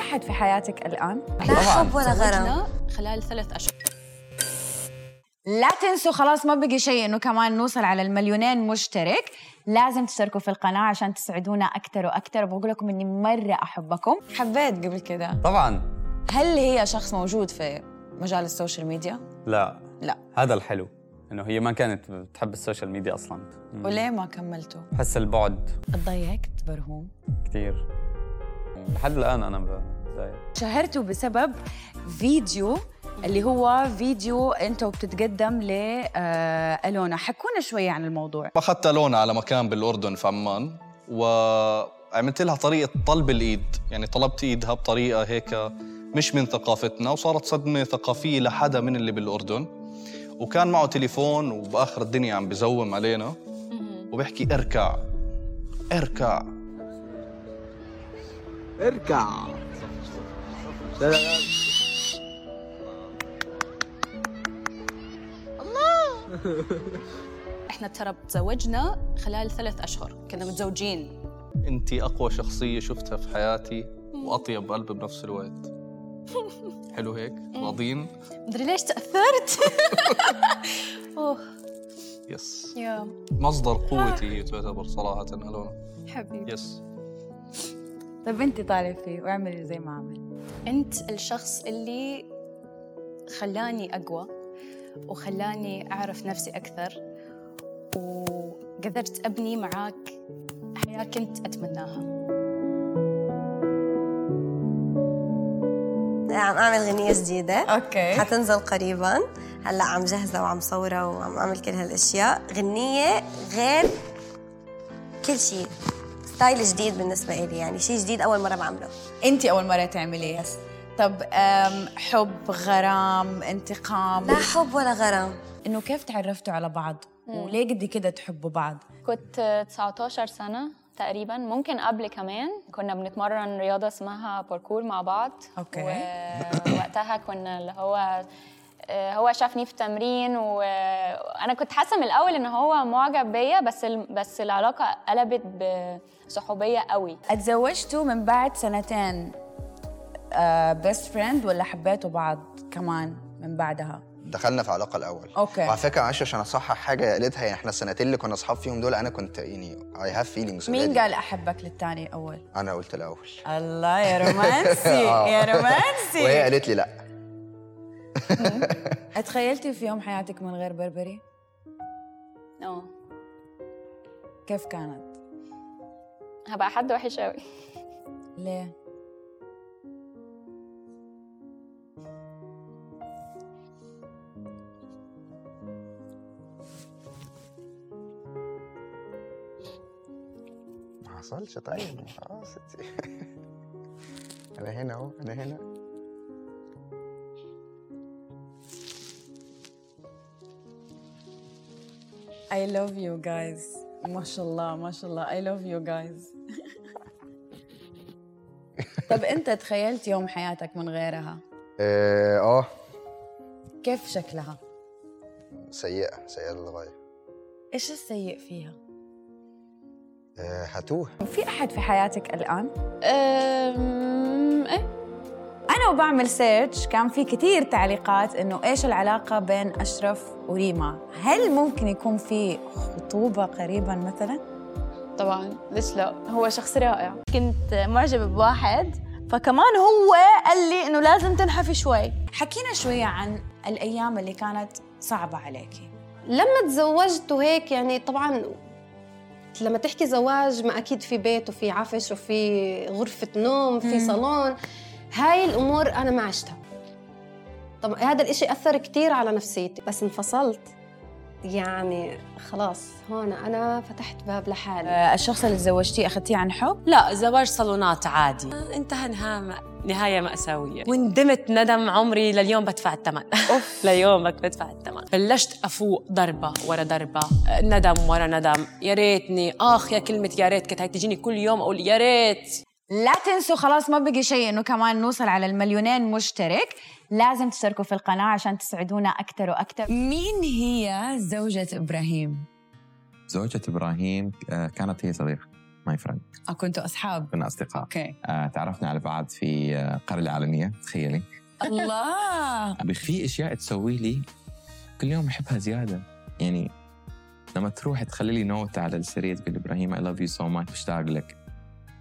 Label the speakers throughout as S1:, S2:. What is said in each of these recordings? S1: أحد في حياتك الآن؟
S2: لا حب ولا غرام
S3: زوجنا خلال ثلاث أشهر
S1: لا تنسوا خلاص ما بقي شيء انه كمان نوصل على المليونين مشترك لازم تشتركوا في القناة عشان تسعدونا أكثر وأكثر وبقول لكم إني مرة أحبكم حبيت قبل كده
S4: طبعا
S1: هل هي شخص موجود في مجال السوشيال ميديا؟
S4: لا
S1: لا
S4: هذا الحلو انه هي ما كانت بتحب السوشيال ميديا اصلا
S1: وليه ما كملتوا؟
S4: بحس البعد
S3: تضايقت برهوم
S4: كثير لحد الان انا بتضايق
S1: شهرته بسبب فيديو اللي هو فيديو انتوا بتتقدم لألونا حكونا شوية عن الموضوع
S5: اخذت لونها على مكان بالاردن في عمان وعملت لها طريقه طلب الايد يعني طلبت ايدها بطريقه هيك مش من ثقافتنا وصارت صدمه ثقافيه لحدا من اللي بالاردن وكان معه تليفون وباخر الدنيا عم بزوم علينا وبحكي اركع اركع
S6: اركع لا لا لا
S3: إحنا ترى تزوجنا خلال ثلاث أشهر كنا متزوجين
S5: انت اقوى شخصيه شفتها في حياتي واطيب قلب بنفس الوقت حلو هيك راضين
S3: مدري ليش تأثرت أوه
S5: يس
S3: يا
S5: مصدر قوتي هي تعتبر صراحه الونا
S3: حبيبي
S5: يس
S1: طب انت طالع فيه ايه؟ واعملي زي ما عمل
S3: أنت الشخص اللي خلاني أقوى وخلاني أعرف نفسي أكثر وقدرت أبني معاك حياة كنت أتمناها
S2: عم اعمل غنيه جديده
S1: اوكي
S2: حتنزل قريبا هلا عم جهزها وعم صورها وعم اعمل كل هالاشياء غنيه غير كل شيء ستايل جديد بالنسبه لي يعني شيء جديد اول مره بعمله
S1: انت اول مره تعمليه طب أم، حب غرام انتقام
S2: لا حب ولا غرام
S1: انه كيف تعرفتوا على بعض وليه قد كده تحبوا بعض
S7: كنت 19 سنة تقريبا ممكن قبل كمان كنا بنتمرن رياضة اسمها باركور مع بعض
S1: أوكي.
S7: ووقتها كنا اللي هو آه، هو شافني في تمرين وانا كنت حاسه من الاول ان هو معجب بيا بس ال... بس العلاقه قلبت بصحوبيه قوي
S1: اتزوجتوا من بعد سنتين بيست فريند ولا حبيتوا بعض كمان من بعدها
S8: دخلنا في علاقه الاول
S1: أوكي.
S8: وعلى فكره معلش عشان اصحح حاجه قالتها يعني احنا السنتين اللي كنا اصحاب فيهم دول انا كنت يعني اي هاف فيلينجز
S1: مين قال احبك للتاني اول
S8: انا قلت الاول
S1: الله يا رومانسي
S8: آه.
S1: يا
S8: وهي
S1: رومانسي
S8: قالت لي لا
S1: اتخيلتي في يوم حياتك من غير بربري
S7: اه
S1: كيف كانت
S7: هبقى حد وحش قوي
S1: ليه
S8: ما حصلش طيب خلاص انا هنا اهو انا هنا
S1: I love you guys ما شاء الله ما شاء الله I love you guys طب انت تخيلت يوم حياتك من غيرها
S8: اه آه،
S1: كيف شكلها
S8: سيئه سيئه للغايه
S1: ايش السيء فيها
S8: آه، هتوه
S1: في احد في حياتك الان
S7: أم... إيه؟
S1: انا وبعمل سيرش كان في كثير تعليقات انه ايش العلاقه بين اشرف وريما هل ممكن يكون في خطوبه قريبا مثلا
S9: طبعا ليش لا هو شخص رائع كنت معجبة بواحد فكمان هو قال لي انه لازم تنحفي شوي
S1: حكينا شويه عن الايام اللي كانت صعبه عليكي
S10: لما تزوجت وهيك يعني طبعا لما تحكي زواج ما اكيد في بيت وفي عفش وفي غرفه نوم في صالون هاي الامور انا ما عشتها طب هذا الاشي اثر كثير على نفسيتي بس انفصلت يعني خلاص هون انا فتحت باب لحالي
S1: آه، الشخص اللي تزوجتيه اخذتيه عن حب
S11: لا زواج صالونات عادي انتهى نهاية نهاية مأساوية وندمت ندم عمري لليوم بدفع الثمن اوف ليومك بدفع الثمن بلشت أفوق ضربة ورا ضربة ندم ورا ندم يا ريتني آخ يا كلمة يا ريت كانت هاي تجيني كل يوم أقول يا ريت
S1: لا تنسوا خلاص ما بقي شيء انه كمان نوصل على المليونين مشترك لازم تشتركوا في القناه عشان تسعدونا اكثر واكثر مين هي زوجة ابراهيم
S12: زوجة إبراهيم آه، كانت هي صديقة
S4: ماي فريند
S1: اه كنتوا اصحاب
S4: كنا اصدقاء
S1: اوكي
S4: آه تعرفنا على بعض في آه، قرية عالمية تخيلي
S1: الله
S4: في اشياء تسوي لي كل يوم احبها زياده يعني لما تروح تخلي لي نوت على السرير تقول لي، ابراهيم اي لاف يو سو ماتش مشتاق لك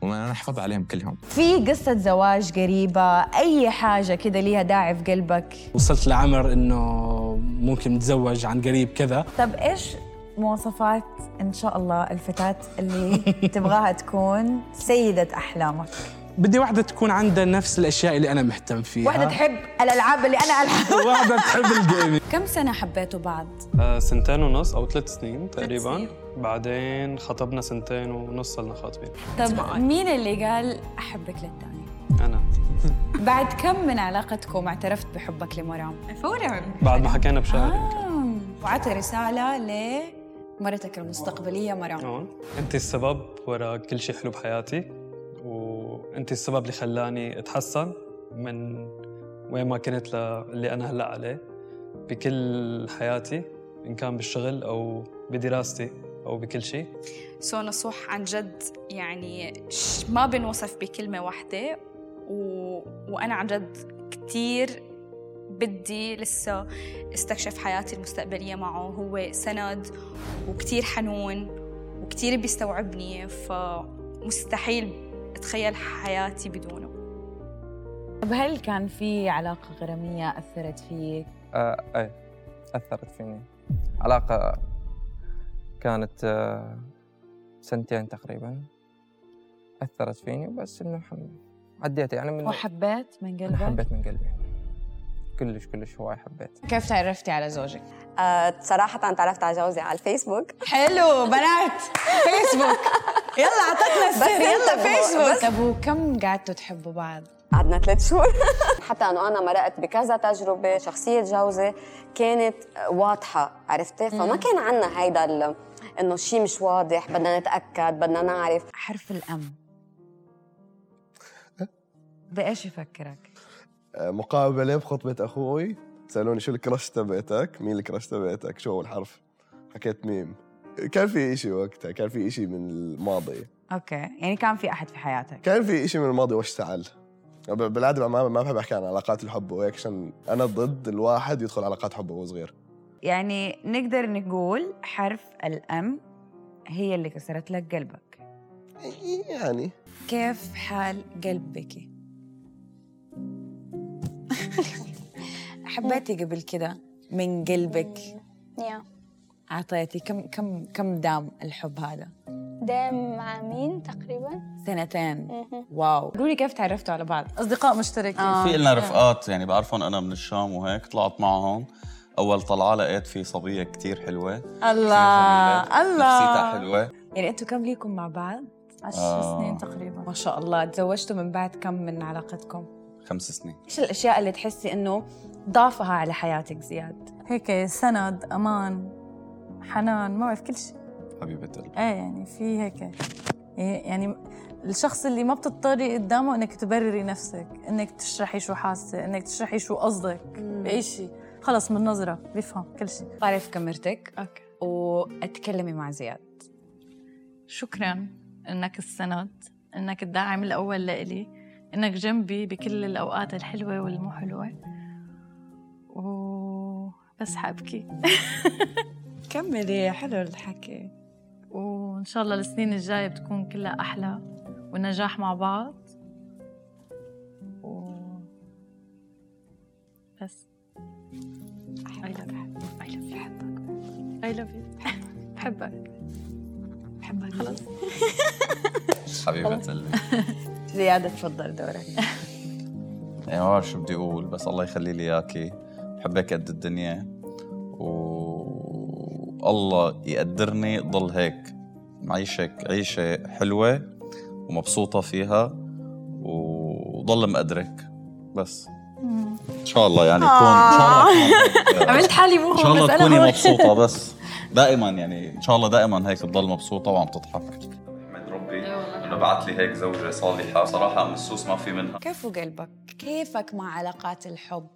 S4: وانا احفظ عليهم كلهم
S13: في قصة زواج قريبة أي حاجة كده ليها داعي في قلبك
S14: وصلت لعمر انه ممكن نتزوج عن قريب كذا
S13: طب إيش مواصفات إن شاء الله الفتاة اللي تبغاها تكون سيدة أحلامك
S14: بدي واحده تكون عندها نفس الاشياء اللي انا مهتم فيها
S13: واحدة تحب الألعاب اللي أنا ألعبها
S14: واحده تحب الجيمنج
S13: كم سنة حبيتوا بعض؟
S15: آه، سنتين ونص او ثلاث سنين تقريبا بعدين خطبنا سنتين ونص صرنا خاطبين
S1: طب مين اللي قال احبك للثاني؟
S15: انا
S13: بعد كم من علاقتكم اعترفت بحبك لمرام؟ فورا
S15: بعد ما حكينا بشهر
S13: آه. وعطي رسالة لمرتك المستقبلية
S16: نعم.
S13: مرام
S15: هون انت السبب ورا كل شيء حلو بحياتي وانت السبب اللي خلاني اتحسن من وين ما كنت للي انا هلا عليه بكل حياتي ان كان بالشغل او بدراستي او بكل شيء
S17: سو نصوح عن جد يعني ش- ما بنوصف بكلمة واحدة و... وأنا عن جد كتير بدي لسه استكشف حياتي المستقبلية معه هو سند وكتير حنون وكتير بيستوعبني فمستحيل أتخيل حياتي بدونه
S13: طب هل كان في علاقة غرامية أثرت فيك؟
S16: آه اي اثرت فيني علاقه كانت آه سنتين تقريبا اثرت فيني وبس انه الحمد لله عديت يعني من
S13: وحبيت من
S16: أنا
S13: قلبك؟
S16: حبيت من قلبي كلش كلش هواي حبيت
S1: كيف تعرفتي على زوجك؟
S2: آه، صراحة تعرفت على جوزي على الفيسبوك
S1: حلو بنات فيسبوك يلا
S2: عطتنا السر، يلا فيسبوك.
S1: طب وكم قعدتوا تحبوا بعض؟
S2: قعدنا ثلاث شهور حتى انه انا مرقت بكذا تجربة شخصية جوزي كانت واضحة عرفتي فما كان عنا هيدا ال- انه شيء مش واضح بدنا نتأكد بدنا نعرف
S13: حرف الأم بإيش يفكرك؟
S7: آه، مقابله بخطبه اخوي سالوني شو الكراش تبعتك مين الكراش تبعتك شو هو الحرف حكيت ميم كان في إشي وقتها كان في إشي من الماضي
S13: أوكي يعني كان في أحد في حياتك
S7: كان في إشي من الماضي واشتعل ب- بالعاده ما ما بحب احكي عن علاقات الحب وهيك عشان انا ضد الواحد يدخل علاقات حب وهو صغير
S13: يعني نقدر نقول حرف الأم هي اللي كسرت لك قلبك
S7: يعني
S1: كيف حال قلبك؟ حبيتي قبل كده من قلبك
S18: يا
S1: اعطيتي كم كم كم دام الحب هذا؟
S18: ده مع مين تقريبا؟
S1: سنتين
S18: مهم.
S1: واو آه. قولي كيف تعرفتوا على بعض؟ اصدقاء مشتركين
S15: آه،
S5: في لنا رفقات يعني بعرفهم انا من الشام وهيك طلعت معهم اول طلعه لقيت في صبيه كتير حلوه
S1: آه، الله
S5: نفسيتها
S1: الله
S5: حلوه
S1: يعني انتوا كم ليكم مع بعض؟
S5: عشر آه. سنين
S1: تقريبا ما شاء الله تزوجتوا من بعد كم من علاقتكم؟
S5: خمس سنين
S1: ايش الاشياء اللي تحسي انه ضافها على حياتك زياد؟
S19: هيك سند امان حنان ما بعرف كل شيء
S5: حبيبه قلبي
S19: ايه يعني في هيك يعني الشخص اللي ما بتضطري قدامه انك تبرري نفسك انك تشرحي شو حاسه انك تشرحي شو قصدك باي شيء خلص من نظره بيفهم كل شيء
S1: طالعي في كاميرتك اوكي واتكلمي مع زياد
S11: شكرا انك السند انك الداعم الاول لإلي انك جنبي بكل الاوقات الحلوه والمو حلوه و بس حابكي
S1: كملي حلو الحكي
S11: وان شاء الله السنين الجايه بتكون كلها احلى والنجاح مع بعض و بس I love you. I love you. I love you. بحبك بحبك خلص
S5: حبيبه قلبي
S1: زياد تفضل دورك
S5: يعني ما بعرف شو بدي اقول بس الله يخلي لي اياكي بحبك قد الدنيا و الله يقدرني ضل هيك معيشك عيشة حلوة ومبسوطة فيها وضل مقدرك بس ان شاء الله يعني يكون ان شاء الله
S11: آه. عملت حالي مو
S5: ان شاء
S11: بس
S5: الله
S11: انا
S5: تكوني
S11: هون.
S5: مبسوطة بس دائما يعني ان شاء الله دائما هيك تضل مبسوطة وعم تضحك احمد ربي انه بعت لي هيك زوجة صالحة صراحة مسوس ما في منها
S1: كيف قلبك؟ كيفك مع علاقات الحب؟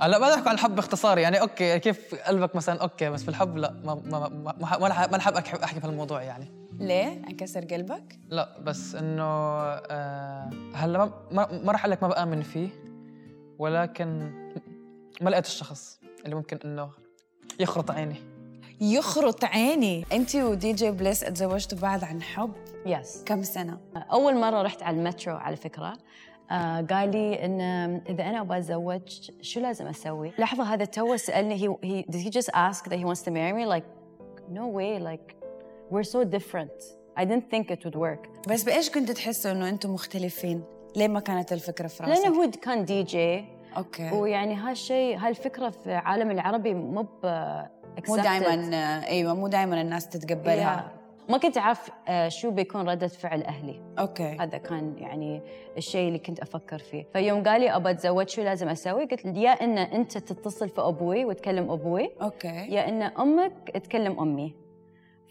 S20: هلا بدي احكي عن الحب باختصار يعني اوكي كيف قلبك مثلا اوكي بس بالحب لا ما ما ما ما ما لح- ما لحق أحكي- احكي في الموضوع يعني
S1: ليه؟ انكسر قلبك؟
S21: لا بس انه آه، هلا ما- ما ما راح اقول لك ما بامن فيه ولكن ما لقيت الشخص اللي ممكن انه يخرط عيني
S1: يخرط عيني انت ودي جي بليس اتزوجتوا بعض عن حب
S11: يس
S1: كم سنه
S11: اول مره رحت على المترو على فكره آه قال لي ان آم، اذا انا ابغى اتزوج شو لازم اسوي؟ لحظه هذا تو سالني he, he did he just ask that he wants to marry me like no way like we're so different I didn't think it would work
S1: بس بايش كنت تحسوا انه انتم مختلفين؟ ليه ما كانت الفكره في راسك؟
S11: لانه هو كان دي جي
S1: اوكي
S11: ويعني هالشيء هالفكره في العالم العربي مو ب
S1: مو
S11: accepted.
S1: دائما ايوه مو دائما الناس تتقبلها
S11: Yeah. ما كنت اعرف آه، شو بيكون ردة فعل اهلي
S1: اوكي
S11: هذا كان يعني الشيء اللي كنت افكر فيه فيوم قال لي ابى اتزوج شو لازم اسوي قلت له، يا ان انت تتصل في ابوي وتكلم ابوي
S1: اوكي
S11: يا ان امك تكلم امي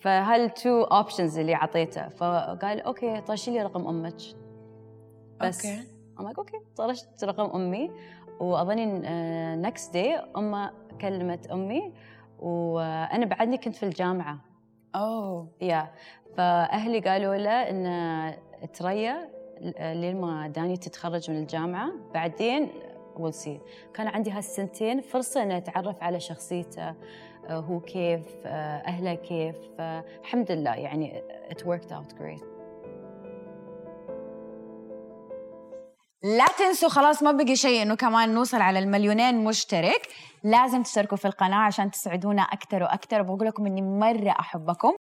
S11: فهالتو اوبشنز اللي اعطيته فقال اوكي طرشي لي رقم امك بس
S1: أوكي.
S11: ام اوكي طرشت رقم امي واظني نكست داي امه كلمت امي وانا بعدني كنت في الجامعه
S1: اوه
S11: يا فاهلي قالوا له ان تريا آه، لين ما داني تتخرج من الجامعه بعدين we'll see كان عندي هالسنتين فرصه اني اتعرف على شخصيته آه، هو كيف آه، اهله كيف آه، الحمد لله يعني it worked out great
S1: لا تنسوا خلاص ما بقي شيء انه كمان نوصل على المليونين مشترك لازم تشتركوا في القناة عشان تسعدونا أكتر وأكتر وبقول لكم إني مرة أحبكم